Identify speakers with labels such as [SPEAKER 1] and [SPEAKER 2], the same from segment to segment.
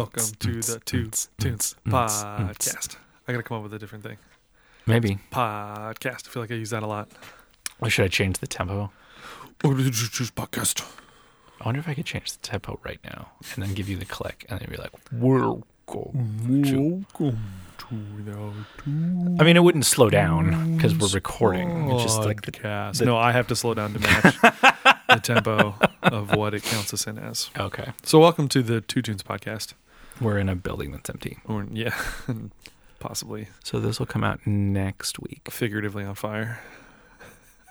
[SPEAKER 1] Welcome to the Two Tunes Podcast. I gotta come up with a different thing.
[SPEAKER 2] Maybe.
[SPEAKER 1] Podcast. I feel like I use that a lot.
[SPEAKER 2] Or should I change the tempo?
[SPEAKER 1] Podcast.
[SPEAKER 2] I wonder if I could change the tempo right now and then give you the click and then be like, welcome. to-"
[SPEAKER 1] Welcome to the Two
[SPEAKER 2] I mean, it wouldn't slow down because we're recording. It's just like the,
[SPEAKER 1] Podcast.
[SPEAKER 2] the-
[SPEAKER 1] No, I have to slow down to match the tempo of what it counts us in as.
[SPEAKER 2] okay.
[SPEAKER 1] So, welcome to the Two Tunes Podcast.
[SPEAKER 2] We're in a building that's empty.
[SPEAKER 1] Or, yeah, possibly
[SPEAKER 2] So this will come out next week.
[SPEAKER 1] figuratively on fire.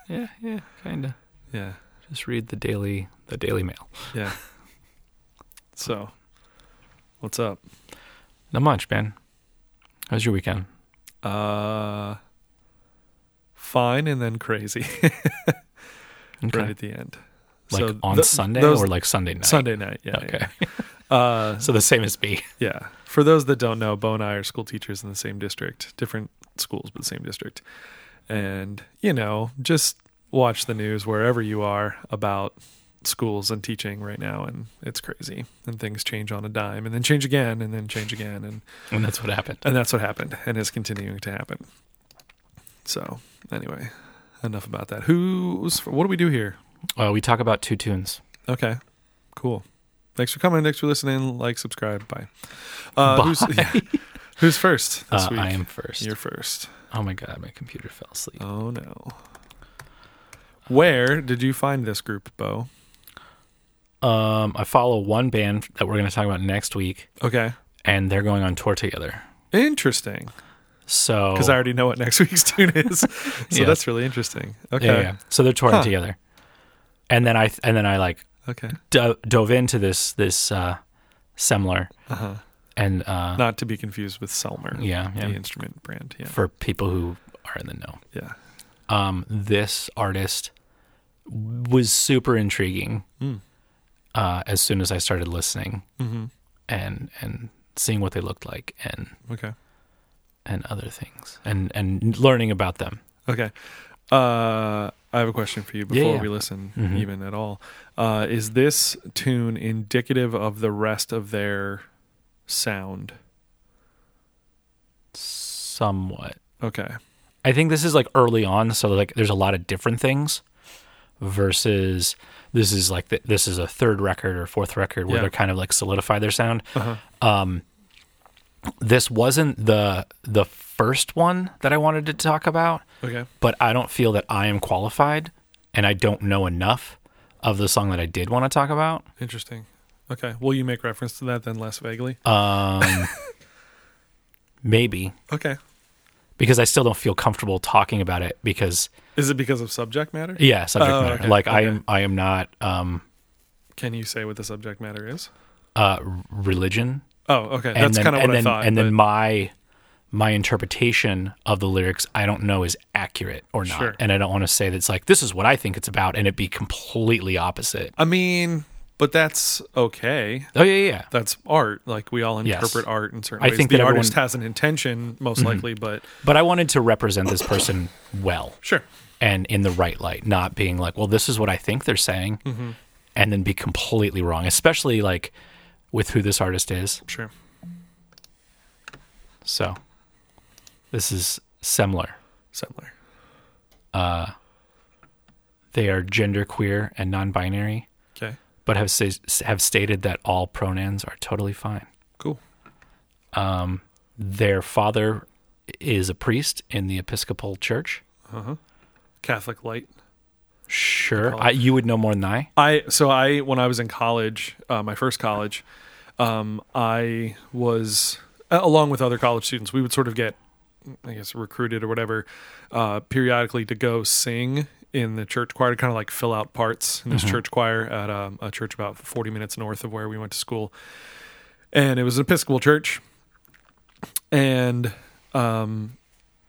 [SPEAKER 2] Yeah, yeah, kind of.
[SPEAKER 1] Yeah,
[SPEAKER 2] Just read the daily, the Daily Mail.
[SPEAKER 1] yeah. So, what's up?
[SPEAKER 2] Not much, man. How's your weekend?
[SPEAKER 1] Uh, fine and then crazy
[SPEAKER 2] Okay.
[SPEAKER 1] right at the end.
[SPEAKER 2] Like
[SPEAKER 1] So
[SPEAKER 2] on
[SPEAKER 1] th-
[SPEAKER 2] Sunday
[SPEAKER 1] those-
[SPEAKER 2] or like Sunday night?
[SPEAKER 1] Sunday night. Yeah.
[SPEAKER 2] Okay.
[SPEAKER 1] Yeah. Uh,
[SPEAKER 2] So the same as me.
[SPEAKER 1] yeah. For those that don't know, Bo and I are school teachers in the same district, different schools, but the same district. And, you know, just watch the news wherever you are about schools and teaching right now. And it's crazy. And things change on a dime and then change again and then change again. And,
[SPEAKER 2] And that's what happened.
[SPEAKER 1] and that's what happened and is continuing to happen. So, anyway, enough about that. Who's, what do we do here?
[SPEAKER 2] Uh, we talk about two tunes.
[SPEAKER 1] Okay. Cool. Thanks for coming. Thanks for listening. Like, subscribe. Bye. Uh,
[SPEAKER 2] Bye.
[SPEAKER 1] Who's, yeah. Who's first this
[SPEAKER 2] Uh,
[SPEAKER 1] week?
[SPEAKER 2] I am 1st
[SPEAKER 1] You're first.
[SPEAKER 2] Oh my god, my computer fell asleep.
[SPEAKER 1] Oh, no. Where did you find this group, Bo?
[SPEAKER 2] Um, I follow one band that we're going to talk about next week,
[SPEAKER 1] Okay.
[SPEAKER 2] and they're going on tour together.
[SPEAKER 1] Interesting.
[SPEAKER 2] So,
[SPEAKER 1] Because I already know what next week's tune is. so
[SPEAKER 2] Oh. Yeah.
[SPEAKER 1] that's really interesting. Okay.
[SPEAKER 2] yeah, yeah. so they're touring
[SPEAKER 1] Huh.
[SPEAKER 2] together, and then I and then I like
[SPEAKER 1] Okay.
[SPEAKER 2] do- dove into this this uh, Semler
[SPEAKER 1] Uh-huh.
[SPEAKER 2] and uh,
[SPEAKER 1] Not to be confused with Selmer,
[SPEAKER 2] yeah, yeah,
[SPEAKER 1] the instrument brand. Yeah.
[SPEAKER 2] for people who are in the know.
[SPEAKER 1] Yeah.
[SPEAKER 2] Um, this artist was super intriguing
[SPEAKER 1] Mm.
[SPEAKER 2] uh, as soon as I started listening
[SPEAKER 1] Mm-hmm.
[SPEAKER 2] and and seeing what they looked like and
[SPEAKER 1] Okay.
[SPEAKER 2] and other things and and learning about them.
[SPEAKER 1] Okay. Uh, I have a question for you
[SPEAKER 2] Yeah,
[SPEAKER 1] before
[SPEAKER 2] yeah.
[SPEAKER 1] we listen,
[SPEAKER 2] Mhm.
[SPEAKER 1] even at all. Uh, is this tune indicative of the rest of their sound?
[SPEAKER 2] somewhat.
[SPEAKER 1] Okay.
[SPEAKER 2] I think this is like early on, so like there's a lot of different things versus this is like the, this is a third record or fourth record where
[SPEAKER 1] Yeah.
[SPEAKER 2] they're kind of like solidify their sound.
[SPEAKER 1] Uh-huh.
[SPEAKER 2] Um, this wasn't the the first one that I wanted to talk about,
[SPEAKER 1] Okay.
[SPEAKER 2] but I don't feel that I am qualified and I don't know enough of the song that I did want to talk about.
[SPEAKER 1] Interesting. Okay. Will you make reference to that then less vaguely?
[SPEAKER 2] Um, maybe
[SPEAKER 1] Okay.
[SPEAKER 2] because I still don't feel comfortable talking about it because
[SPEAKER 1] Is it because of subject matter?
[SPEAKER 2] Yeah, subject
[SPEAKER 1] Oh,
[SPEAKER 2] matter.
[SPEAKER 1] okay,
[SPEAKER 2] Like I
[SPEAKER 1] okay.
[SPEAKER 2] am, I am not um,
[SPEAKER 1] Can you say what the subject matter is?
[SPEAKER 2] uh, r- religion.
[SPEAKER 1] Oh, okay.
[SPEAKER 2] And
[SPEAKER 1] That's
[SPEAKER 2] then-
[SPEAKER 1] kind of what
[SPEAKER 2] and
[SPEAKER 1] I
[SPEAKER 2] then,
[SPEAKER 1] thought.
[SPEAKER 2] And then my my interpretation of the lyrics, I don't know, is accurate or not.
[SPEAKER 1] Sure.
[SPEAKER 2] And I don't want to say that it's like this is what I think it's about, and it be completely opposite.
[SPEAKER 1] I mean, but that's okay.
[SPEAKER 2] Oh yeah, yeah, yeah.
[SPEAKER 1] That's art. Like we all
[SPEAKER 2] Yes.
[SPEAKER 1] interpret art in certain
[SPEAKER 2] I
[SPEAKER 1] ways.
[SPEAKER 2] think
[SPEAKER 1] the
[SPEAKER 2] that
[SPEAKER 1] artist
[SPEAKER 2] everyone- Mhm.
[SPEAKER 1] has an intention, most likely, but
[SPEAKER 2] But I wanted to represent this person well
[SPEAKER 1] sure.
[SPEAKER 2] and in the right light, not being like, well, this is what I think they're saying,
[SPEAKER 1] Mm-hmm.
[SPEAKER 2] and then be completely wrong, especially like with who this artist is.
[SPEAKER 1] Sure.
[SPEAKER 2] So this is similar.
[SPEAKER 1] Similar.
[SPEAKER 2] they are genderqueer and non-binary,
[SPEAKER 1] Okay.
[SPEAKER 2] but have sa- have stated that all pronouns are totally fine.
[SPEAKER 1] Cool.
[SPEAKER 2] Their father is a priest in the Episcopal Church.
[SPEAKER 1] Catholic light.
[SPEAKER 2] Sure, I, you would know more than I.
[SPEAKER 1] I so I when I was in college, uh, my first college, um, I was a- along with other college students. We would sort of get, I guess, recruited or whatever, uh, periodically to go sing in the church choir to kind of like fill out parts in this church choir at um, a church about forty minutes north of where we went to school, and it was an Episcopal church, and um,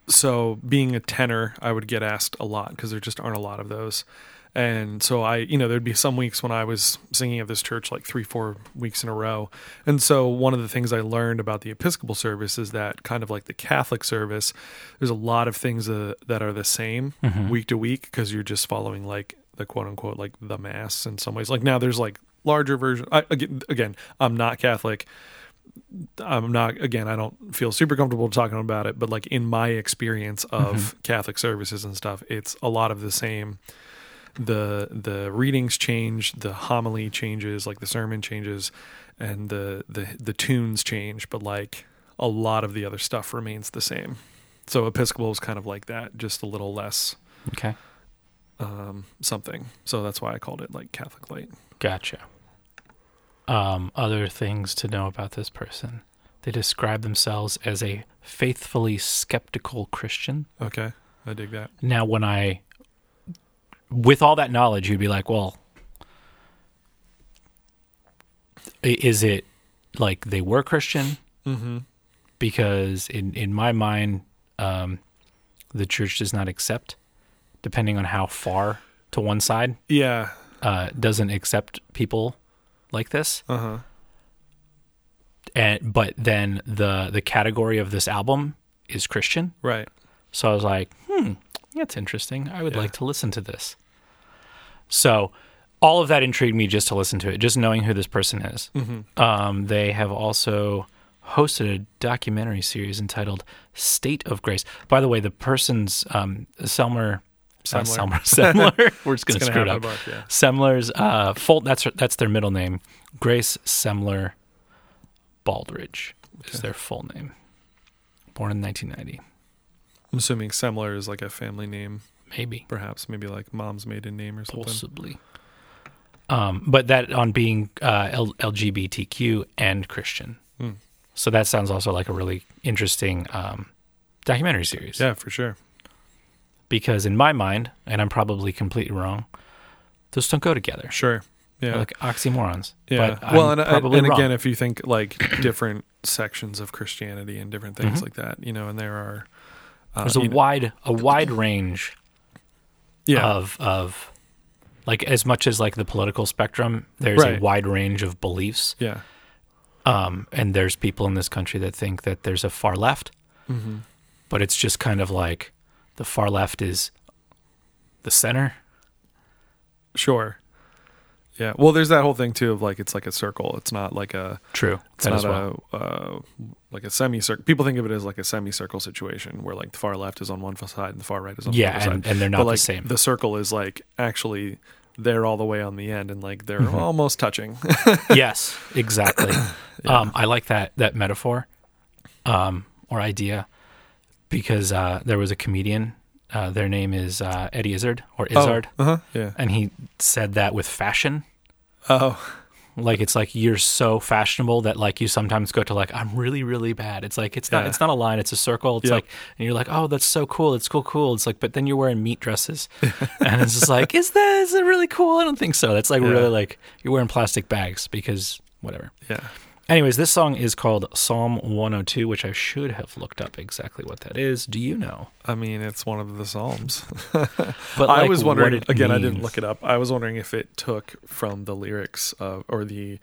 [SPEAKER 1] so being a tenor, I would get asked a lot because there just aren't a lot of those. And so I, you know, there'd be some weeks when I was singing at this church like three, four weeks in a row. And so one of the things I learned about the Episcopal service is that kind of like the Catholic service, there's a lot of things uh, that are the same
[SPEAKER 2] Mm-hmm.
[SPEAKER 1] week to week because you're just following like the quote unquote like the mass in some ways. Like now there's like larger version. I, again, again, I'm not Catholic I'm not again, I don't feel super comfortable talking about it, but like in my experience of Catholic services and stuff, it's a lot of the same. The the readings change, the homily changes, like the sermon changes and the the the tunes change, but like a lot of the other stuff remains the same. So Episcopal is kind of like that, just a little less
[SPEAKER 2] Okay.
[SPEAKER 1] um, something. So that's why I called it like Catholic Light.
[SPEAKER 2] Gotcha. Um, other things to know about this person. They describe themselves as a faithfully skeptical Christian.
[SPEAKER 1] Okay, I dig that.
[SPEAKER 2] Now, when I, with all that knowledge, you'd be like, well, i- is it like they were Christian?
[SPEAKER 1] Mm-hmm.
[SPEAKER 2] Because in, in my mind, um, the church does not accept, depending on how far to one side,
[SPEAKER 1] Yeah.
[SPEAKER 2] uh, doesn't accept people like this.
[SPEAKER 1] Uh huh.
[SPEAKER 2] and but then the the category of this album is Christian.
[SPEAKER 1] Right.
[SPEAKER 2] So I was like, hmm, that's interesting. I would
[SPEAKER 1] Yeah.
[SPEAKER 2] like to listen to this. So all of that intrigued me just to listen to it, just knowing who this person is.
[SPEAKER 1] Mm-hmm.
[SPEAKER 2] Um, they have also hosted a documentary series entitled "State of Grace." By the way, the person's um, Selmer, not
[SPEAKER 1] Semler.
[SPEAKER 2] Selmer, Semler. We're just gonna
[SPEAKER 1] It's gonna
[SPEAKER 2] screw it
[SPEAKER 1] happen
[SPEAKER 2] up.
[SPEAKER 1] to Mark, yeah.
[SPEAKER 2] Semler's uh, full. That's her, that's their middle name. Grace Semler Baldridge is their full name. Born in 1990,
[SPEAKER 1] I'm assuming Semler is like a family name,
[SPEAKER 2] maybe.
[SPEAKER 1] perhaps maybe like mom's maiden name or something.
[SPEAKER 2] possibly. Um, but that on being uh, L- LGBTQ and Christian.
[SPEAKER 1] Hmm.
[SPEAKER 2] So that sounds also like a really interesting um, documentary series.
[SPEAKER 1] Yeah, for sure.
[SPEAKER 2] Because in my mind, and I'm probably completely wrong, those don't go together.
[SPEAKER 1] Sure. Yeah.
[SPEAKER 2] They're Like oxymorons.
[SPEAKER 1] yeah.
[SPEAKER 2] But
[SPEAKER 1] well,
[SPEAKER 2] I'm
[SPEAKER 1] and, uh,
[SPEAKER 2] probably
[SPEAKER 1] and
[SPEAKER 2] wrong.
[SPEAKER 1] again, if you think like different sections of Christianity and different things like that, you know, and there are uh,
[SPEAKER 2] Mm-hmm. there's a
[SPEAKER 1] you know-
[SPEAKER 2] wide a wide range
[SPEAKER 1] yeah,
[SPEAKER 2] of of like as much as like the political spectrum, there's a
[SPEAKER 1] Right.
[SPEAKER 2] wide range of beliefs.
[SPEAKER 1] yeah,
[SPEAKER 2] Um, and there's people in this country that think that there's a far left,
[SPEAKER 1] Mm-hmm.
[SPEAKER 2] but it's just kind of like the far left is the center.
[SPEAKER 1] sure. Yeah. Well, there's that whole thing too of like it's like a circle. It's not like a
[SPEAKER 2] True.
[SPEAKER 1] it's not a uh, like a semicircle. People think of it as like a semicircle situation where like the far left is on one side and the far right is on the
[SPEAKER 2] yeah,
[SPEAKER 1] other side.
[SPEAKER 2] and, and they're not
[SPEAKER 1] but
[SPEAKER 2] the
[SPEAKER 1] like
[SPEAKER 2] same.
[SPEAKER 1] the circle is like actually they're all the way on the end and like they're
[SPEAKER 2] Mm-hmm.
[SPEAKER 1] almost touching.
[SPEAKER 2] yes, exactly. Um, I like that that metaphor um, or idea because uh, there was a comedian. Uh, their name is uh, Eddie Izzard or Izzard,
[SPEAKER 1] Oh, uh-huh. Yeah.
[SPEAKER 2] and he said that with fashion.
[SPEAKER 1] Oh,
[SPEAKER 2] like it's like you're so fashionable that like you sometimes go to like I'm really really bad. It's like it's not
[SPEAKER 1] Yeah.
[SPEAKER 2] it's not a line. It's a circle. It's
[SPEAKER 1] Yep.
[SPEAKER 2] like and you're like oh that's so cool. It's cool cool. It's like but then you're wearing meat dresses and it's just like is that is it really cool? I don't think so. That's like
[SPEAKER 1] Yeah.
[SPEAKER 2] really like you're wearing plastic bags because whatever.
[SPEAKER 1] yeah.
[SPEAKER 2] Anyways, this song is called Psalm 102, which I should have looked up exactly what that is. Do you know?
[SPEAKER 1] I mean, it's one of the Psalms.
[SPEAKER 2] But
[SPEAKER 1] I
[SPEAKER 2] like,
[SPEAKER 1] was
[SPEAKER 2] what
[SPEAKER 1] wondering
[SPEAKER 2] it
[SPEAKER 1] again. I didn't
[SPEAKER 2] means.
[SPEAKER 1] look it up. I was wondering if it took from the lyrics of or the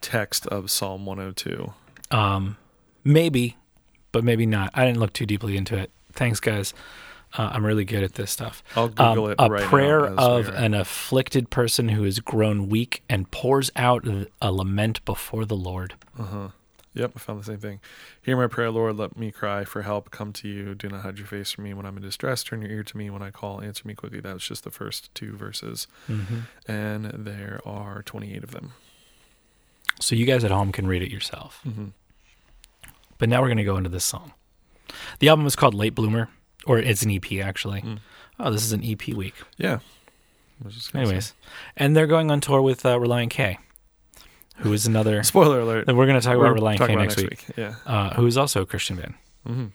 [SPEAKER 1] text of Psalm 102.
[SPEAKER 2] Um, maybe, but maybe not. I didn't look too deeply into it. Thanks, guys. Uh, I'm really good at this stuff.
[SPEAKER 1] I'll Google it
[SPEAKER 2] Um, a
[SPEAKER 1] right now
[SPEAKER 2] prayer
[SPEAKER 1] as we
[SPEAKER 2] of
[SPEAKER 1] are-
[SPEAKER 2] an afflicted person who has grown weak and pours out a lament before the Lord.
[SPEAKER 1] Yep, I found the same thing. Hear my prayer, Lord. Let me cry for help. Come to you. Do not hide your face from me when I'm in distress. Turn your ear to me when I call. Answer me quickly. That was just the first two verses, and there are 28 of them.
[SPEAKER 2] So you guys at home can read it yourself.
[SPEAKER 1] Mhm.
[SPEAKER 2] But now we're going to go into this song. The album is called Late Bloomer, or it's an EP actually.
[SPEAKER 1] Mm.
[SPEAKER 2] Oh, this is an EP week.
[SPEAKER 1] Yeah. I was just gonna say.
[SPEAKER 2] Anyways, and they're going on tour with uh, Reliant K, who is another.
[SPEAKER 1] spoiler alert.
[SPEAKER 2] We're going to talk
[SPEAKER 1] We're
[SPEAKER 2] about Reliant
[SPEAKER 1] talking about
[SPEAKER 2] K next week.
[SPEAKER 1] Yeah.
[SPEAKER 2] uh, who is also a Christian band.
[SPEAKER 1] Mhm.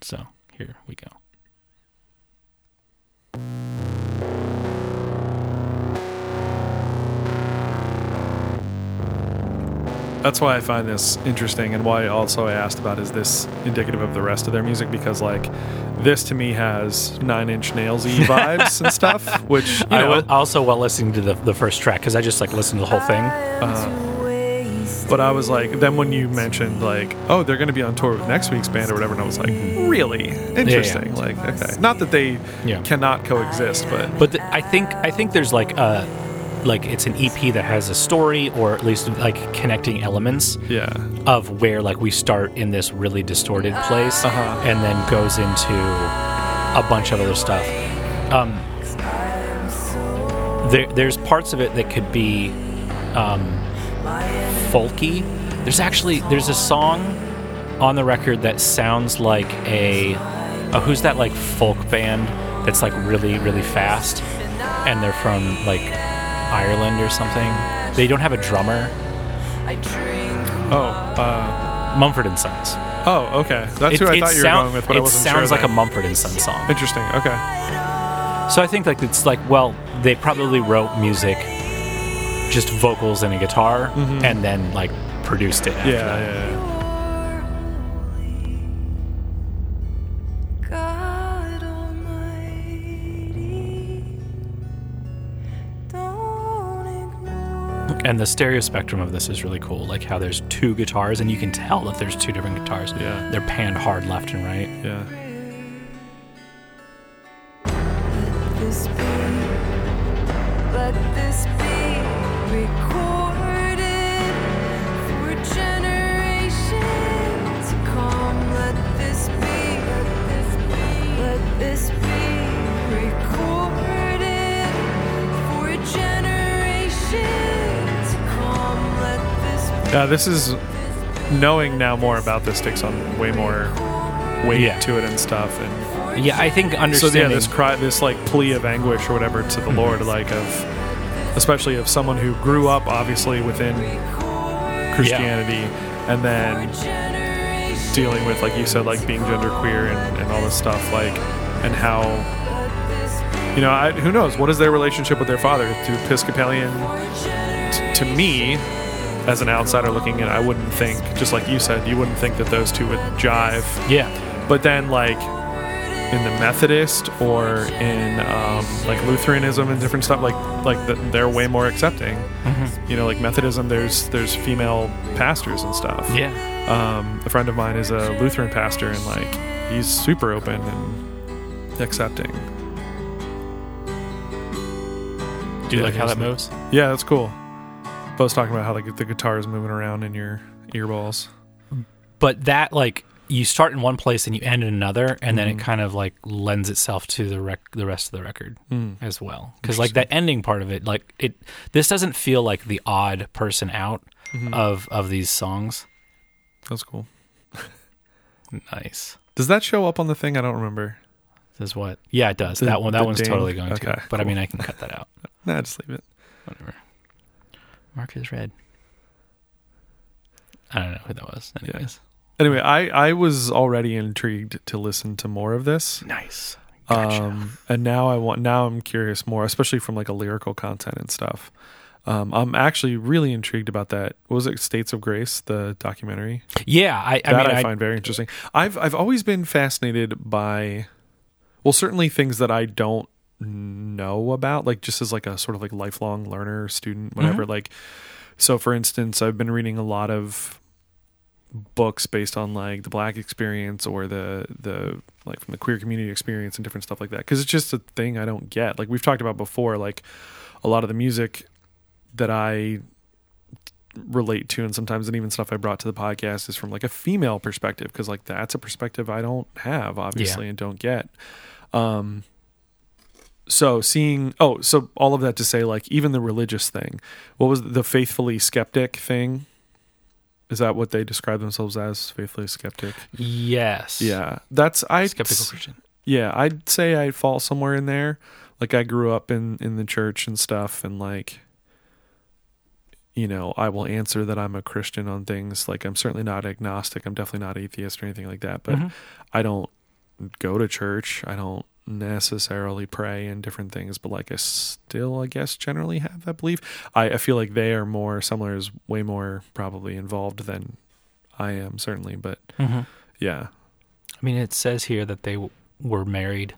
[SPEAKER 2] So here we go.
[SPEAKER 1] That's why I find this interesting and why also I asked about is this indicative of the rest of their music because like this to me has nine inch nailsy vibes and stuff, which you
[SPEAKER 2] I
[SPEAKER 1] know,
[SPEAKER 2] was also while listening to the, the first track because I just like listened to the whole thing.
[SPEAKER 1] Uh, but I was like then when you mentioned like, oh, they're gonna be on tour with next week's band or whatever, and I was like, really? Interesting. Like, okay. Not that they
[SPEAKER 2] Yeah.
[SPEAKER 1] cannot coexist, but
[SPEAKER 2] But th- I think I think there's like a like it's an EP that has a story or at least like connecting elements
[SPEAKER 1] Yeah.
[SPEAKER 2] of where like we start in this really distorted place and then goes into a bunch of other stuff. Um, there, there's parts of it that could be um, folky. There's actually there's a song on the record that sounds like a oh, who's that like folk band that's like really really fast and they're from like Ireland or something. They don't have a drummer.
[SPEAKER 1] Oh. Uh,
[SPEAKER 2] Mumford and Sons.
[SPEAKER 1] oh. Okay. That's who I thought you were
[SPEAKER 2] sound-
[SPEAKER 1] going with, but I
[SPEAKER 2] it
[SPEAKER 1] wasn't sure.
[SPEAKER 2] sounds like
[SPEAKER 1] then.
[SPEAKER 2] a Mumford and Sons song.
[SPEAKER 1] Interesting. Okay.
[SPEAKER 2] So I think like it's like well, they probably wrote music, just vocals and a guitar, and then like produced it.
[SPEAKER 1] Mm-hmm. Yeah.
[SPEAKER 2] after that.
[SPEAKER 1] yeah, yeah.
[SPEAKER 3] God Almighty, don't ignore
[SPEAKER 2] And the stereo spectrum of this is really cool. Like how there's two guitars, and you can tell that there's two different guitars.
[SPEAKER 1] Yeah.
[SPEAKER 2] They're panned hard left and right.
[SPEAKER 1] Yeah.
[SPEAKER 3] this be. Let this be recorded for generations to come. Let this be. Let this be. Let this be recorded for a generation to come. Let this be.
[SPEAKER 1] Yeah. This is knowing now more about this takes on way more weight
[SPEAKER 2] Yeah.
[SPEAKER 1] to it and stuff. And
[SPEAKER 2] Yeah, I think
[SPEAKER 1] so
[SPEAKER 2] understanding.
[SPEAKER 1] yeah, this cry, this like plea of anguish or whatever to the Lord, like of, especially of someone who grew up obviously within Christianity, and then
[SPEAKER 3] Generation
[SPEAKER 1] dealing with like you said like being genderqueer and, and all this stuff like and how you know I, who knows what is their relationship with their father to episcopalian t- to me as an outsider looking in i wouldn't think just like you said you wouldn't think that those two would jive
[SPEAKER 2] yeah,
[SPEAKER 1] but then like in the methodist or in um, like lutheranism and different stuff like like the, they're way more accepting
[SPEAKER 2] Mm-hmm.
[SPEAKER 1] you know like methodism there's there's female pastors and stuff
[SPEAKER 2] yeah,
[SPEAKER 1] um, a friend of mine is a Lutheran pastor, and like he's super open and accepting.
[SPEAKER 2] do you
[SPEAKER 1] Yeah,
[SPEAKER 2] like how
[SPEAKER 1] here's
[SPEAKER 2] that
[SPEAKER 1] the-
[SPEAKER 2] moves?
[SPEAKER 1] Yeah, that's cool. Bo's talking about how the, the guitar is moving around in your earballs.
[SPEAKER 2] But that like you start in one place and you end in another, and then it
[SPEAKER 1] Mm-hmm.
[SPEAKER 2] kind of like lends itself to the rec- the rest of the record
[SPEAKER 1] Mm,
[SPEAKER 2] as well. Because like that ending part of it, like it this doesn't feel like the odd person out
[SPEAKER 1] Mm-hmm.
[SPEAKER 2] of of these songs.
[SPEAKER 1] That's cool.
[SPEAKER 2] Nice.
[SPEAKER 1] Does that show up on the thing? I don't remember.
[SPEAKER 2] Is what? Yeah, it does.
[SPEAKER 1] The-
[SPEAKER 2] that one. That
[SPEAKER 1] the
[SPEAKER 2] one's
[SPEAKER 1] ding?
[SPEAKER 2] totally going to.
[SPEAKER 1] Okay,
[SPEAKER 2] But I
[SPEAKER 1] cool.
[SPEAKER 2] mean, I can cut that out.
[SPEAKER 1] Nah, just leave it.
[SPEAKER 2] Whatever. Mark is red. I don't know who that was. Anyways,
[SPEAKER 1] Anyway, I I was already intrigued to listen to more of this.
[SPEAKER 2] nice.
[SPEAKER 1] Um, and now I want now I'm curious more, especially from like a lyrical content and stuff. Um, I'm actually really intrigued about that. What was it States of Grace, the documentary?
[SPEAKER 2] yeah, I, I
[SPEAKER 1] that
[SPEAKER 2] mean,
[SPEAKER 1] I,
[SPEAKER 2] I,
[SPEAKER 1] find very interesting. I've I've always been fascinated by, well, certainly things that I don't know about, like just as like a sort of like lifelong learner,
[SPEAKER 2] Mm-hmm.
[SPEAKER 1] student, whatever. Like, so for instance, I've been reading a lot of books based on like the black experience or the the like from the queer community experience and different stuff like that because it's just a thing I don't get. Like we've talked about before, like a lot of the music that I relate to and sometimes and even stuff I brought to the podcast is from like a female perspective because like that's a perspective I don't have obviously and don't get. Um so seeing oh so all of that to say like even the religious thing what was the faithfully skeptic thing is that what they describe themselves as faithfully skeptic
[SPEAKER 2] yes,
[SPEAKER 1] yeah that's i
[SPEAKER 2] skeptical Christian.
[SPEAKER 1] yeah i'd say i fall somewhere in there like i grew up in in the church and stuff and like you know i will answer that i'm a christian on things like i'm certainly not agnostic i'm definitely not atheist or anything like that
[SPEAKER 2] Mm-hmm.
[SPEAKER 1] but i don't go to church i don't necessarily pray and different things but like i still i guess generally have that belief i, I feel like they are more similar is way more probably involved than i am certainly but
[SPEAKER 2] Mhm.
[SPEAKER 1] yeah
[SPEAKER 2] I mean, it says here that they w- were married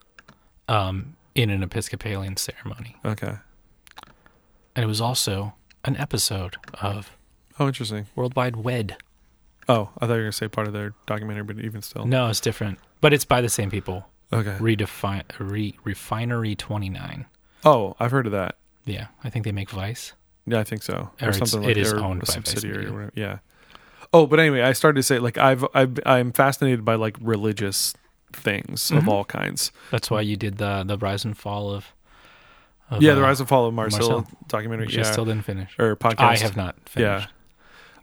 [SPEAKER 2] um, in an Episcopalian ceremony,
[SPEAKER 1] okay
[SPEAKER 2] and it was also an episode of
[SPEAKER 1] oh interesting
[SPEAKER 2] Worldwide Wed.
[SPEAKER 1] Oh, I thought you were gonna say part of their documentary, but even still,
[SPEAKER 2] No, it's different, but it's by the same people.
[SPEAKER 1] okay.
[SPEAKER 2] Redefine re, Refinery Twenty Nine.
[SPEAKER 1] Oh, I've heard of that.
[SPEAKER 2] Yeah, I think they make Vice.
[SPEAKER 1] Yeah, I think so.
[SPEAKER 2] Or it's- it is owned
[SPEAKER 1] a
[SPEAKER 2] by Vice
[SPEAKER 1] subsidiary or
[SPEAKER 2] Media.
[SPEAKER 1] whatever. Yeah. Oh, but anyway, I started to say like I've, I've I'm fascinated by like religious things
[SPEAKER 2] Mm-hmm.
[SPEAKER 1] of all kinds.
[SPEAKER 2] That's why you did the the rise and fall of. of
[SPEAKER 1] yeah,
[SPEAKER 2] uh,
[SPEAKER 1] the rise and fall of Marcel,
[SPEAKER 2] Marcel,
[SPEAKER 1] documentary.
[SPEAKER 2] which
[SPEAKER 1] Yeah,
[SPEAKER 2] I still didn't finish.
[SPEAKER 1] or podcast.
[SPEAKER 2] I have not
[SPEAKER 1] Yeah.
[SPEAKER 2] finished.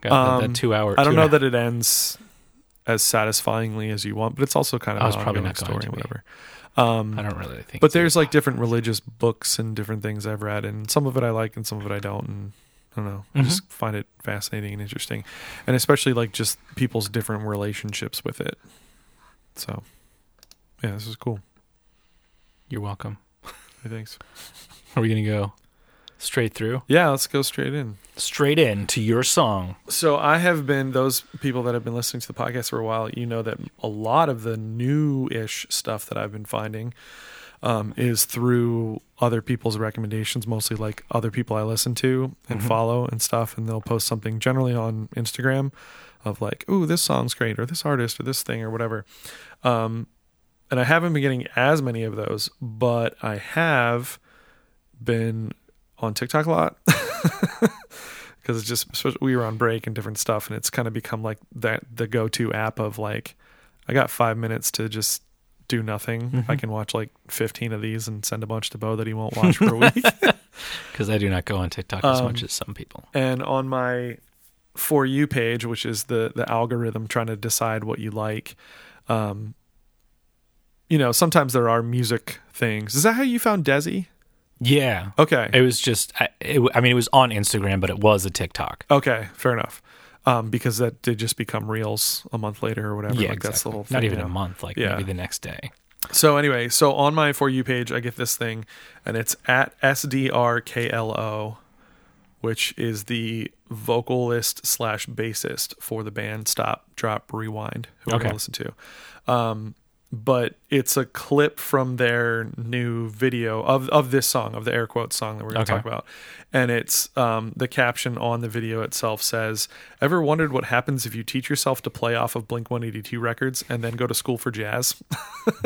[SPEAKER 2] Got that-
[SPEAKER 1] Um,
[SPEAKER 2] that two hour.
[SPEAKER 1] I don't
[SPEAKER 2] two
[SPEAKER 1] know
[SPEAKER 2] hour-
[SPEAKER 1] that it ends as satisfyingly as you want, but it's also kind of
[SPEAKER 2] I was
[SPEAKER 1] an
[SPEAKER 2] Oh, probably
[SPEAKER 1] ongoing
[SPEAKER 2] not going
[SPEAKER 1] story,
[SPEAKER 2] to be.
[SPEAKER 1] whatever. Um,
[SPEAKER 2] I don't really think.
[SPEAKER 1] But
[SPEAKER 2] so.
[SPEAKER 1] there's like different religious books and different things I've read, and some of it I like and some of it I don't. And I don't know, I just find it fascinating and interesting, and especially like just people's different relationships with it. So, yeah, this is cool.
[SPEAKER 2] You're welcome.
[SPEAKER 1] Hey, Thanks.
[SPEAKER 2] Are we gonna go straight through?
[SPEAKER 1] Yeah, let's go straight in.
[SPEAKER 2] Straight in to your song.
[SPEAKER 1] So I have been those people that have been listening to the podcast for a while. You know that a lot of the new-ish stuff that I've been finding um, is through other people's recommendations, mostly like other people I listen to and follow and stuff. And they'll post something generally on Instagram of like, "Ooh, this song's great," or "This artist," or "This thing," or whatever. Um, and I haven't been getting as many of those, but I have been on TikTok a lot because it's just especially- we were on break and different stuff, and it's kind of become like that the go to app of like I got five minutes to just do nothing. I can watch like fifteen of these and send a bunch to Bo that he won't watch for a week.
[SPEAKER 2] Because I do not go on TikTok as
[SPEAKER 1] Um,
[SPEAKER 2] much as some people.
[SPEAKER 1] and on my for you page, which is the the algorithm trying to decide what you like, um, you know, sometimes there are music things. Is that how you found Desi?
[SPEAKER 2] Yeah.
[SPEAKER 1] Okay,
[SPEAKER 2] It was just, I, it, w- I mean, it was on Instagram, but it was a TikTok.
[SPEAKER 1] Okay, fair enough. Um, because that did just become reels a month later or whatever.
[SPEAKER 2] yeah,
[SPEAKER 1] like that's the
[SPEAKER 2] exactly.
[SPEAKER 1] whole thing.
[SPEAKER 2] Not even
[SPEAKER 1] you
[SPEAKER 2] a
[SPEAKER 1] know?
[SPEAKER 2] month, like
[SPEAKER 1] Yeah.
[SPEAKER 2] maybe the next day.
[SPEAKER 1] So anyway, so on my for you page, I get this thing, and it's at SDRKLO, which is the vocalist slash bassist for the band Stop Drop Rewind, who I
[SPEAKER 2] Okay.
[SPEAKER 1] listen to. Um, but it's a clip from their new video of of this song, of the air quotes song that we're going to
[SPEAKER 2] Okay.
[SPEAKER 1] talk about, and it's um, the caption on the video itself says, "Ever wondered what happens if you teach yourself to play off of Blink One Eighty Two records and then go to school for jazz?"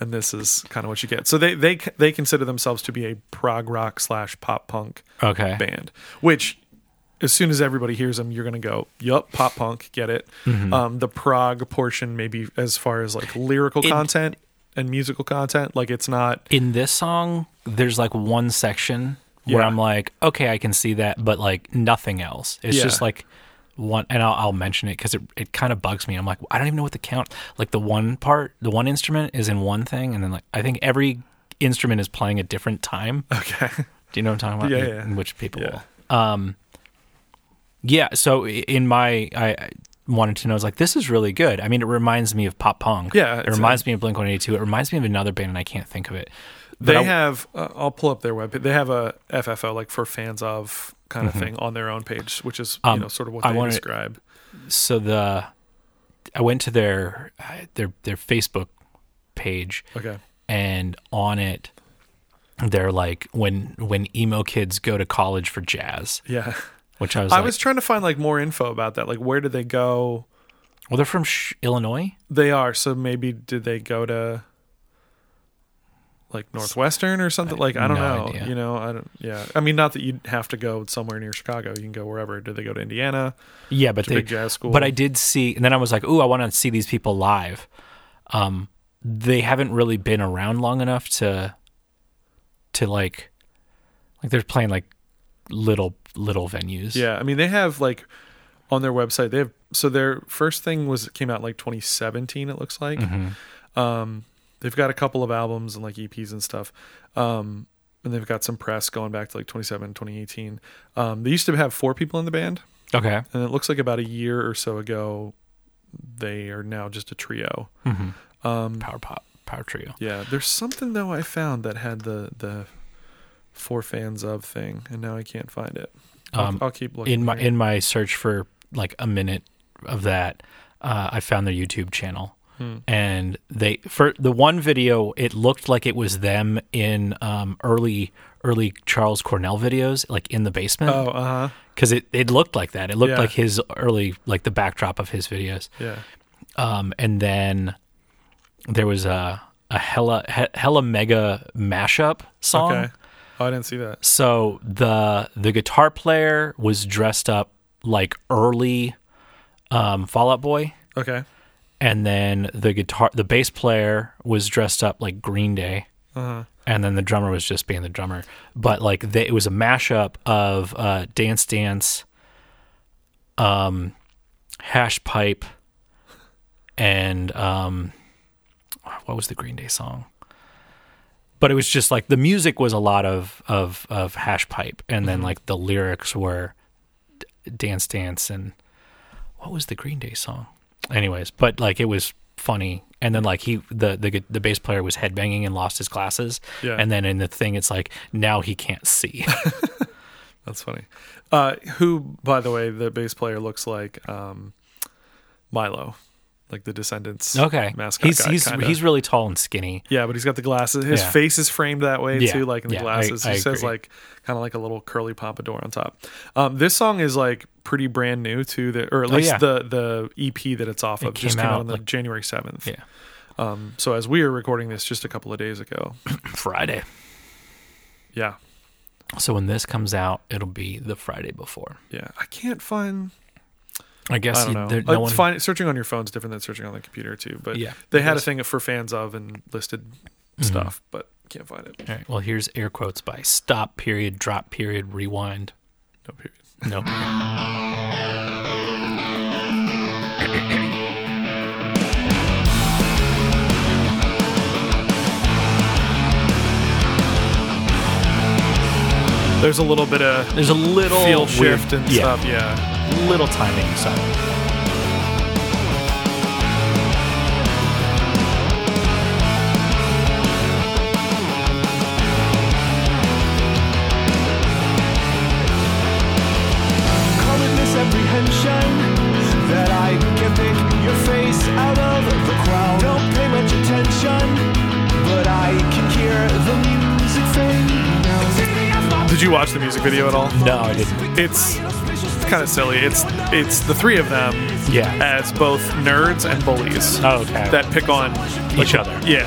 [SPEAKER 1] and this is kind of what you get. So they they they consider themselves to be a prog rock slash pop punk
[SPEAKER 2] Okay.
[SPEAKER 1] band, which as soon as everybody hears them, you're gonna go, "Yup, pop punk, get it."
[SPEAKER 2] Mm-hmm.
[SPEAKER 1] Um, the prog portion, maybe as far as like lyrical
[SPEAKER 2] In-
[SPEAKER 1] content and musical content, like it's not.
[SPEAKER 2] In this song, there's like one section where
[SPEAKER 1] Yeah.
[SPEAKER 2] I'm like, okay, I can see that, but like nothing else. It's
[SPEAKER 1] Yeah.
[SPEAKER 2] just like one, and I'll, I'll mention it because it, it kind of bugs me. I'm like, I don't even know what the count, like the one part, the one instrument is in one thing. And then like, I think every instrument is playing a different time.
[SPEAKER 1] Okay.
[SPEAKER 2] Do you know what I'm talking about?
[SPEAKER 1] Yeah, yeah, yeah.
[SPEAKER 2] Which people
[SPEAKER 1] Yeah.
[SPEAKER 2] will. Um, yeah. So i- in my, I I wanted to know. I was like, this is really good. I mean, it reminds me of pop punk.
[SPEAKER 1] Yeah,
[SPEAKER 2] It
[SPEAKER 1] it's-
[SPEAKER 2] reminds me of Blink One Eighty Two. It reminds me of another band, and I can't think of it. But
[SPEAKER 1] They
[SPEAKER 2] I-
[SPEAKER 1] have. Uh, I'll pull up their web. They have a FFO, like for fans of kind of thing, on their own page, which is you
[SPEAKER 2] Mm-hmm. Um,
[SPEAKER 1] know sort of what
[SPEAKER 2] I
[SPEAKER 1] they
[SPEAKER 2] wanted-
[SPEAKER 1] describe.
[SPEAKER 2] so the I went to their uh, their their Facebook page,
[SPEAKER 1] Okay.
[SPEAKER 2] and on it they're like when when emo kids go to college for jazz,
[SPEAKER 1] Yeah.
[SPEAKER 2] which I was
[SPEAKER 1] I
[SPEAKER 2] like,
[SPEAKER 1] was trying to find like more info about that. Like, where did they go?
[SPEAKER 2] well, they're from Sh- Illinois.
[SPEAKER 1] They are. So maybe did they go to like Northwestern or something? Like I don't
[SPEAKER 2] no
[SPEAKER 1] know.
[SPEAKER 2] idea.
[SPEAKER 1] You know, I don't. Yeah. I mean, not that you have to go somewhere near Chicago. You can go wherever. Did they go to Indiana?
[SPEAKER 2] Yeah, but
[SPEAKER 1] a
[SPEAKER 2] they,
[SPEAKER 1] big jazz school.
[SPEAKER 2] But I did see, and then I was like, "Ooh, I want to see these people live." Um, they haven't really been around long enough to, to like, like they're playing like little little venues.
[SPEAKER 1] Yeah. I mean, they have like on their website. They have so their first thing was came out in, like 2017. It looks like.
[SPEAKER 2] Mm-hmm.
[SPEAKER 1] Um, they've got a couple of albums and like EPs and stuff. Um, and they've got some press going back to like 27, 2018. Um, they used to have four people in the band.
[SPEAKER 2] Okay.
[SPEAKER 1] and it looks like about a year or so ago they are now just a trio um
[SPEAKER 2] Mm-hmm. Power pop, power trio.
[SPEAKER 1] yeah there's something though i found that had the the for fans of thing and now i can't find it i'll,
[SPEAKER 2] Um,
[SPEAKER 1] I'll keep looking
[SPEAKER 2] In my
[SPEAKER 1] here.
[SPEAKER 2] in my search for like a minute of that, uh, I found their YouTube channel,
[SPEAKER 1] Hmm.
[SPEAKER 2] and they for the one video, it looked like it was them in um, early early Charles Cornell videos, like in the basement.
[SPEAKER 1] oh uh-huh
[SPEAKER 2] because it, it looked like that. It looked
[SPEAKER 1] Yeah.
[SPEAKER 2] like his early, like the backdrop of his videos.
[SPEAKER 1] yeah
[SPEAKER 2] Um, and then there was a a hella he, hella mega mashup song,
[SPEAKER 1] Okay. Oh, I didn't see that.
[SPEAKER 2] So the the guitar player was dressed up like early um, Fallout Boy,
[SPEAKER 1] Okay.
[SPEAKER 2] and then the guitar the bass player was dressed up like Green Day,
[SPEAKER 1] Uh-huh.
[SPEAKER 2] and then the drummer was just being the drummer. But like they, it was a mashup of uh, Dance Dance, um, Hash Pipe, and um, what was the Green Day song? But it was just like the music was a lot of of of Hash Pipe, and
[SPEAKER 1] Mm-hmm.
[SPEAKER 2] then like the lyrics were D- Dance Dance and what was the Green Day song? Anyways, but like it was funny. And then like he the the the bass player was headbanging and lost his glasses.
[SPEAKER 1] Yeah.
[SPEAKER 2] And then in the thing, it's like now he can't see.
[SPEAKER 1] That's funny. Uh, who, by the way, the bass player looks like um, Milo, like the Descendants.
[SPEAKER 2] okay.
[SPEAKER 1] mascot.
[SPEAKER 2] He's
[SPEAKER 1] guy,
[SPEAKER 2] he's
[SPEAKER 1] kinda.
[SPEAKER 2] he's really tall and skinny.
[SPEAKER 1] yeah, but he's got the glasses. His
[SPEAKER 2] Yeah.
[SPEAKER 1] face is framed that way
[SPEAKER 2] Yeah,
[SPEAKER 1] too, like in the
[SPEAKER 2] yeah, I-
[SPEAKER 1] glasses.
[SPEAKER 2] I
[SPEAKER 1] he says
[SPEAKER 2] agree.
[SPEAKER 1] like kind of like a little curly pompadour on top. Um, this song is like pretty brand new to the, or at
[SPEAKER 2] Oh,
[SPEAKER 1] least
[SPEAKER 2] yeah.
[SPEAKER 1] the the EP that it's off
[SPEAKER 2] It
[SPEAKER 1] of just
[SPEAKER 2] came
[SPEAKER 1] came
[SPEAKER 2] out,
[SPEAKER 1] out on the
[SPEAKER 2] like-
[SPEAKER 1] January seventh.
[SPEAKER 2] Yeah.
[SPEAKER 1] Um, so as we are recording this just a couple of days ago,
[SPEAKER 2] Friday.
[SPEAKER 1] yeah,
[SPEAKER 2] So when this comes out, it'll be the Friday before.
[SPEAKER 1] yeah, I can't find.
[SPEAKER 2] I guess
[SPEAKER 1] I don't
[SPEAKER 2] you-
[SPEAKER 1] know.
[SPEAKER 2] there-
[SPEAKER 1] Like,
[SPEAKER 2] no one.
[SPEAKER 1] find- searching on your phone is different than searching on the computer too. But
[SPEAKER 2] Yeah,
[SPEAKER 1] they had a
[SPEAKER 2] Yes. Mm-hmm.
[SPEAKER 1] thing for fans of and listed stuff, but can't find it.
[SPEAKER 2] All right, well, here's air quotes by stop period drop period rewind.
[SPEAKER 1] No period.
[SPEAKER 2] No.
[SPEAKER 1] There's a little bit of
[SPEAKER 2] There's a little
[SPEAKER 1] feel
[SPEAKER 2] weird-
[SPEAKER 1] shift and
[SPEAKER 2] yeah,
[SPEAKER 1] stuff. Yeah,
[SPEAKER 2] Little timing stuff.
[SPEAKER 4] common misapprehension that I can pick your face out of the crowd. Don't pay much attention, but I can hear the music fade.
[SPEAKER 1] Did you watch the music video at all?
[SPEAKER 2] No, I didn't.
[SPEAKER 1] It's kind of silly. It's it's the three of them
[SPEAKER 2] Yeah.
[SPEAKER 1] as both nerds and bullies
[SPEAKER 2] Oh, okay.
[SPEAKER 1] that pick on
[SPEAKER 2] Each other.
[SPEAKER 1] Yeah,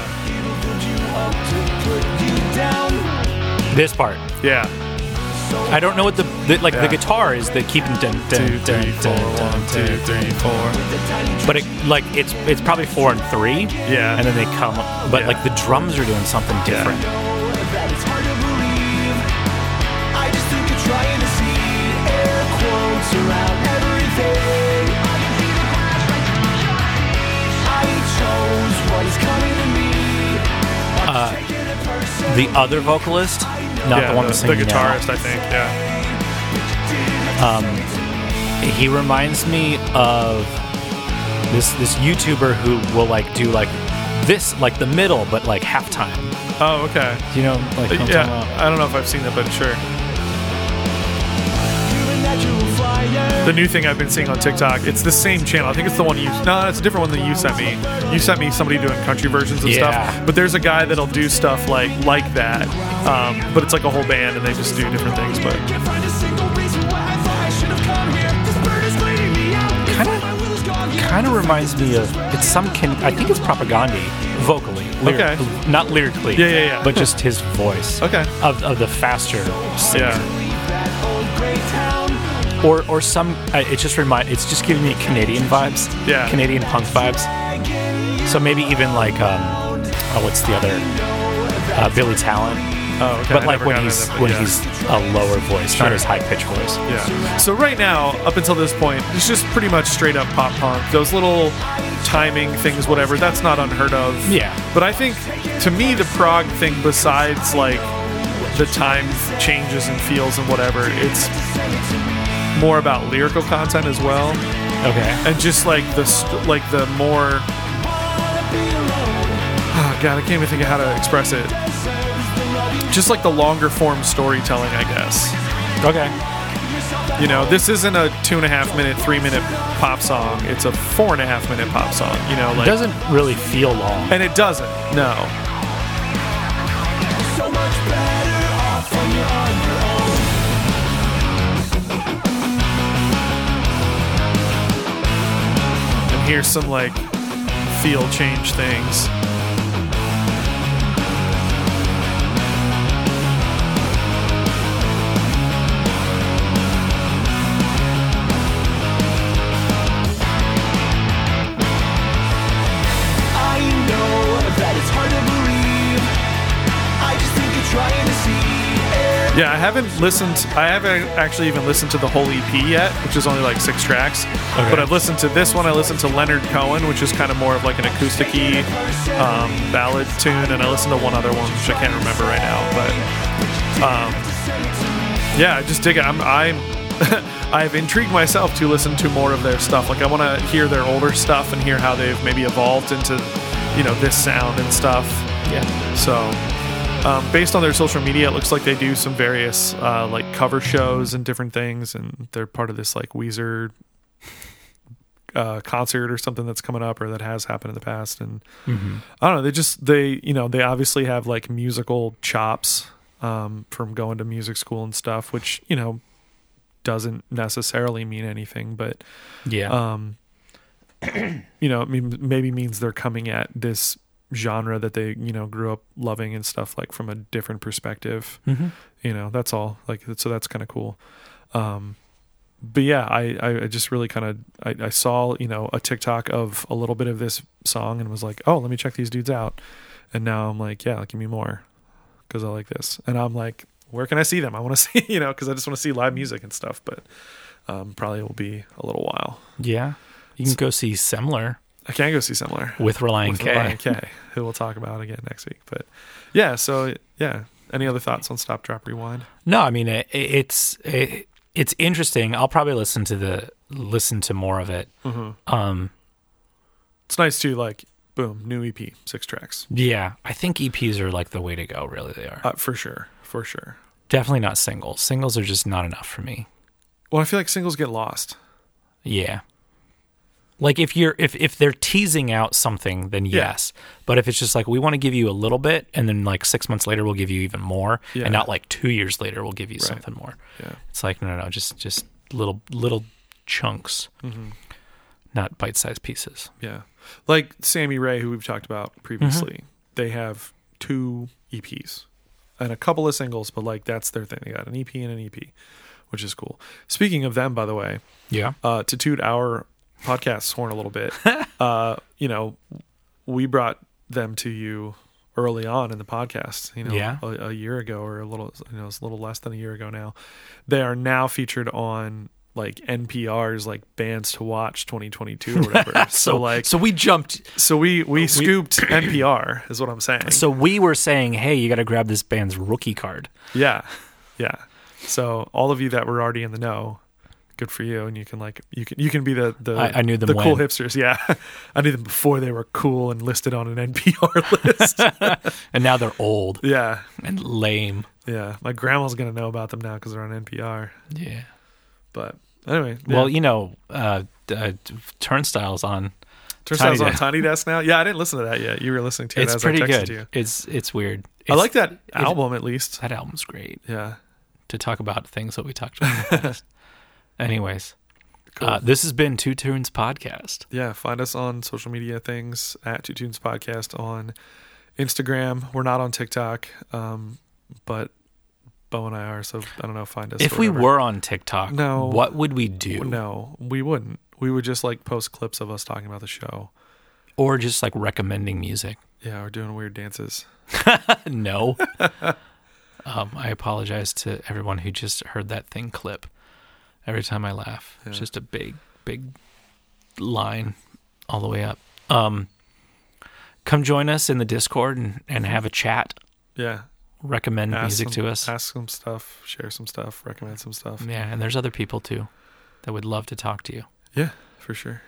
[SPEAKER 2] This part.
[SPEAKER 1] yeah.
[SPEAKER 2] I don't know what the, the like
[SPEAKER 1] Yeah.
[SPEAKER 2] the guitar is that keep dun, dun,
[SPEAKER 1] Two,
[SPEAKER 2] dun,
[SPEAKER 1] three,
[SPEAKER 2] dun,
[SPEAKER 1] four.
[SPEAKER 2] dun,
[SPEAKER 1] One, two, three, four.
[SPEAKER 2] but it like it's it's probably four and three.
[SPEAKER 1] Yeah.
[SPEAKER 2] and then they come, but
[SPEAKER 1] Yeah.
[SPEAKER 2] like the drums are doing something
[SPEAKER 1] Yeah.
[SPEAKER 2] different.
[SPEAKER 4] That it's hard to believe. I just think you're trying to see air quotes around everything. I chose what is coming to me.
[SPEAKER 2] Uh, The other vocalist, not
[SPEAKER 1] yeah,
[SPEAKER 2] the one that's singing now,
[SPEAKER 1] guitarist, I think. Yeah,
[SPEAKER 2] he reminds me of this this YouTuber who will like do like this like the middle, but like halftime.
[SPEAKER 1] oh, okay.
[SPEAKER 2] Do you know like what I'm talking about?
[SPEAKER 1] Yeah, I don't know if I've seen that, but sure.
[SPEAKER 4] You're a natural flyer.
[SPEAKER 1] the new thing I've been seeing on TikTok. It's the same channel. I think it's the one you. No, it's a different one than you sent me. You sent me somebody doing country versions and
[SPEAKER 2] Yeah.
[SPEAKER 1] stuff. But there's a guy that'll do stuff like like that. Um, but it's like a whole band and they just do different things. But
[SPEAKER 4] Can't find a single reason why I thought I should have come here. This bird is bleeding me out. It's
[SPEAKER 2] Kinda-
[SPEAKER 4] like my will is gone, yeah.
[SPEAKER 2] Kind of reminds me of it's some can I think it's propaganda vocally, lyric,
[SPEAKER 1] Okay.
[SPEAKER 2] not lyrically,
[SPEAKER 1] Yeah, yeah, yeah.
[SPEAKER 2] but just his voice.
[SPEAKER 1] Okay.
[SPEAKER 2] of, of the faster singer.
[SPEAKER 1] yeah,
[SPEAKER 4] That old gray town.
[SPEAKER 2] or or some uh, it just remind it's just giving me Canadian vibes,
[SPEAKER 1] Yeah.
[SPEAKER 2] Canadian punk vibes. So maybe even like um, oh, what's the other uh, Billy Talent,
[SPEAKER 1] oh, okay.
[SPEAKER 2] but
[SPEAKER 1] I
[SPEAKER 2] like
[SPEAKER 1] never
[SPEAKER 2] when
[SPEAKER 1] got
[SPEAKER 2] he's
[SPEAKER 1] into that, but
[SPEAKER 2] when
[SPEAKER 1] yeah.
[SPEAKER 2] he's a lower voice,
[SPEAKER 1] Sure.
[SPEAKER 2] not his high pitched voice.
[SPEAKER 1] Yeah. So right now, up until this point, it's just pretty much straight up pop punk. Those little timing things, whatever, that's not unheard of.
[SPEAKER 2] Yeah.
[SPEAKER 1] But I think to me the prog thing, besides like the time changes and feels and whatever, it's more about lyrical content as well,
[SPEAKER 2] Okay,
[SPEAKER 1] and just like the st- like the more. Oh God, I can't even think of how to express it. Just like the longer form storytelling, I guess.
[SPEAKER 2] okay,
[SPEAKER 1] You know, this isn't a two and a half minute, three minute pop song. It's a four and a half minute pop song. You know, like
[SPEAKER 2] doesn't really feel long.
[SPEAKER 1] and it doesn't. No. And here's some like feel change things. Yeah, I haven't listened. I haven't actually even listened to the whole EP yet, which is only like six tracks. But I've listened to this one. I listened to Leonard Cohen, which is kind of more of like an acousticy um, ballad tune, and I listened to one other one, which I can't remember right now. But um, yeah, I just dig it. I'm, I'm I've intrigued myself to listen to more of their stuff. Like I want to hear their older stuff and hear how they've maybe evolved into you know this sound and stuff.
[SPEAKER 2] Yeah.
[SPEAKER 1] So, um, based on their social media, it looks like they do some various uh, like cover shows and different things, and they're part of this like Weezer uh, concert or something that's coming up or that has happened in the past. And I don't know, they just they you know they obviously have like musical chops um, from going to music school and stuff, which you know doesn't necessarily mean anything, but
[SPEAKER 2] Yeah.
[SPEAKER 1] um, you know, I mean, maybe means they're coming at this genre that they, you know, grew up loving and stuff like from a different perspective.
[SPEAKER 2] Mhm.
[SPEAKER 1] You know, that's all. Like, so that's kind of cool. Um, but yeah, I, I- I just really kind of I, I saw you know a TikTok of a little bit of this song and was like, oh, let me check these dudes out. And now I'm like, yeah, like, give me more because I like this. And I'm like, where can I see them? I want to see you know because I just want to see live music and stuff. But um, probably it will be a little while.
[SPEAKER 2] Yeah. You can go see Semler
[SPEAKER 1] I can go see similar
[SPEAKER 2] with Reliant
[SPEAKER 1] with
[SPEAKER 2] K.
[SPEAKER 1] Ryan K, who we'll talk about again next week. But yeah, so yeah. Any other thoughts on Stop Drop Rewind?
[SPEAKER 2] No, I mean it, it's it, it's interesting. I'll probably listen to the listen to more of it. Um,
[SPEAKER 1] It's nice to like boom, new EP, six tracks.
[SPEAKER 2] yeah, I think EPs are like the way to go. Really, they are.
[SPEAKER 1] Uh, for sure, for sure.
[SPEAKER 2] Definitely not singles. Singles are just not enough for me.
[SPEAKER 1] Well, I feel like singles get lost.
[SPEAKER 2] Yeah. Like if you're if if they're teasing out something, then
[SPEAKER 1] Yeah.
[SPEAKER 2] yes. But if it's just like we want to give you a little bit, and then like six months later we'll give you even more,
[SPEAKER 1] Yeah.
[SPEAKER 2] and not like two years later we'll give you something more.
[SPEAKER 1] Yeah.
[SPEAKER 2] It's like no, no, no, just just little little chunks, not bite sized pieces.
[SPEAKER 1] Yeah. Like Sammy Ray, who we've talked about previously, they have two EPs and a couple of singles, but like that's their thing. They got an EP and an EP, which is cool. Speaking of them, by the way,
[SPEAKER 2] Yeah.
[SPEAKER 1] uh, to toot our podcast's horn a little bit, uh, you know, we brought them to you early on in the podcast, you know,
[SPEAKER 2] Yeah.
[SPEAKER 1] a, a year ago or a little, you know, it's a little less than a year ago now. They are now featured on like NPR's like bands to watch 2022 or whatever. so, like,
[SPEAKER 2] so we jumped.
[SPEAKER 1] so we, we scooped NPR is what I'm saying.
[SPEAKER 2] So we were saying, hey, you got to grab this band's rookie card.
[SPEAKER 1] Yeah. Yeah. So all of you that were already in the know, good for you. And you can like you can you can be the the
[SPEAKER 2] I- I knew them
[SPEAKER 1] the cool
[SPEAKER 2] when.
[SPEAKER 1] hipsters. Yeah. I knew them before they were cool and listed on an NPR list.
[SPEAKER 2] And now they're old
[SPEAKER 1] yeah.
[SPEAKER 2] and lame.
[SPEAKER 1] Yeah. My grandma's gonna know about them now because they're on NPR.
[SPEAKER 2] Yeah.
[SPEAKER 1] But anyway. yeah.
[SPEAKER 2] Well, you know, uh, uh, Turnstile's on.
[SPEAKER 1] turns out I was
[SPEAKER 2] Tiny
[SPEAKER 1] on
[SPEAKER 2] Desk.
[SPEAKER 1] Tiny Desk now. Yeah, I didn't listen to that yet. You were listening to it
[SPEAKER 2] it's
[SPEAKER 1] as
[SPEAKER 2] pretty
[SPEAKER 1] I texted
[SPEAKER 2] good.
[SPEAKER 1] you.
[SPEAKER 2] It's it's weird.
[SPEAKER 1] I
[SPEAKER 2] It's-
[SPEAKER 1] like that album at least.
[SPEAKER 2] That album's great
[SPEAKER 1] Yeah.
[SPEAKER 2] to talk about things that we talked about. in the past. Anyways,
[SPEAKER 1] Cool.
[SPEAKER 2] uh, this has been Two Tunes Podcast.
[SPEAKER 1] yeah, find us on social media things at Two Tunes Podcast on Instagram. We're not on TikTok, um, but Bo and I are, so I don't know. Find us
[SPEAKER 2] If
[SPEAKER 1] or
[SPEAKER 2] we
[SPEAKER 1] whatever.
[SPEAKER 2] were on TikTok,
[SPEAKER 1] No.
[SPEAKER 2] what would we do?
[SPEAKER 1] no, we wouldn't. We would just like post clips of us talking about the show.
[SPEAKER 2] Or just like recommending music?
[SPEAKER 1] Yeah, or doing weird dances.
[SPEAKER 2] no. um, I apologize to everyone who just heard that thing clip. Every time I laugh, it's just a big, big line all the way up. Um, come join us in the Discord and, and have a chat.
[SPEAKER 1] Yeah,
[SPEAKER 2] Recommend
[SPEAKER 1] ask
[SPEAKER 2] music
[SPEAKER 1] some-
[SPEAKER 2] to us.
[SPEAKER 1] Ask some stuff, share some stuff, recommend some stuff.
[SPEAKER 2] Yeah, and there's other people too that would love to talk to you.
[SPEAKER 1] Yeah, for sure.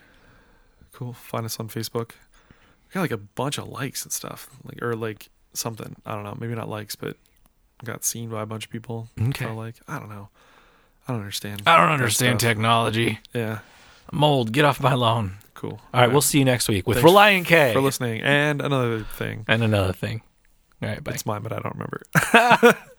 [SPEAKER 1] Cool. Find us on Facebook. We got like a bunch of likes and stuff, like or like something. I don't know. Maybe not likes, but got seen by a bunch of people.
[SPEAKER 2] Okay. Ah.
[SPEAKER 1] So like, I don't know. I don't understand.
[SPEAKER 2] I don't understand
[SPEAKER 1] Stuff.
[SPEAKER 2] technology.
[SPEAKER 1] Yeah.
[SPEAKER 2] Mold, get off my lawn.
[SPEAKER 1] Cool.
[SPEAKER 2] All right, we'll see you next week with
[SPEAKER 1] Thanks
[SPEAKER 2] Reliant K
[SPEAKER 1] for listening. And another thing.
[SPEAKER 2] and another thing. All right, bye.
[SPEAKER 1] It's mine, but I don't remember.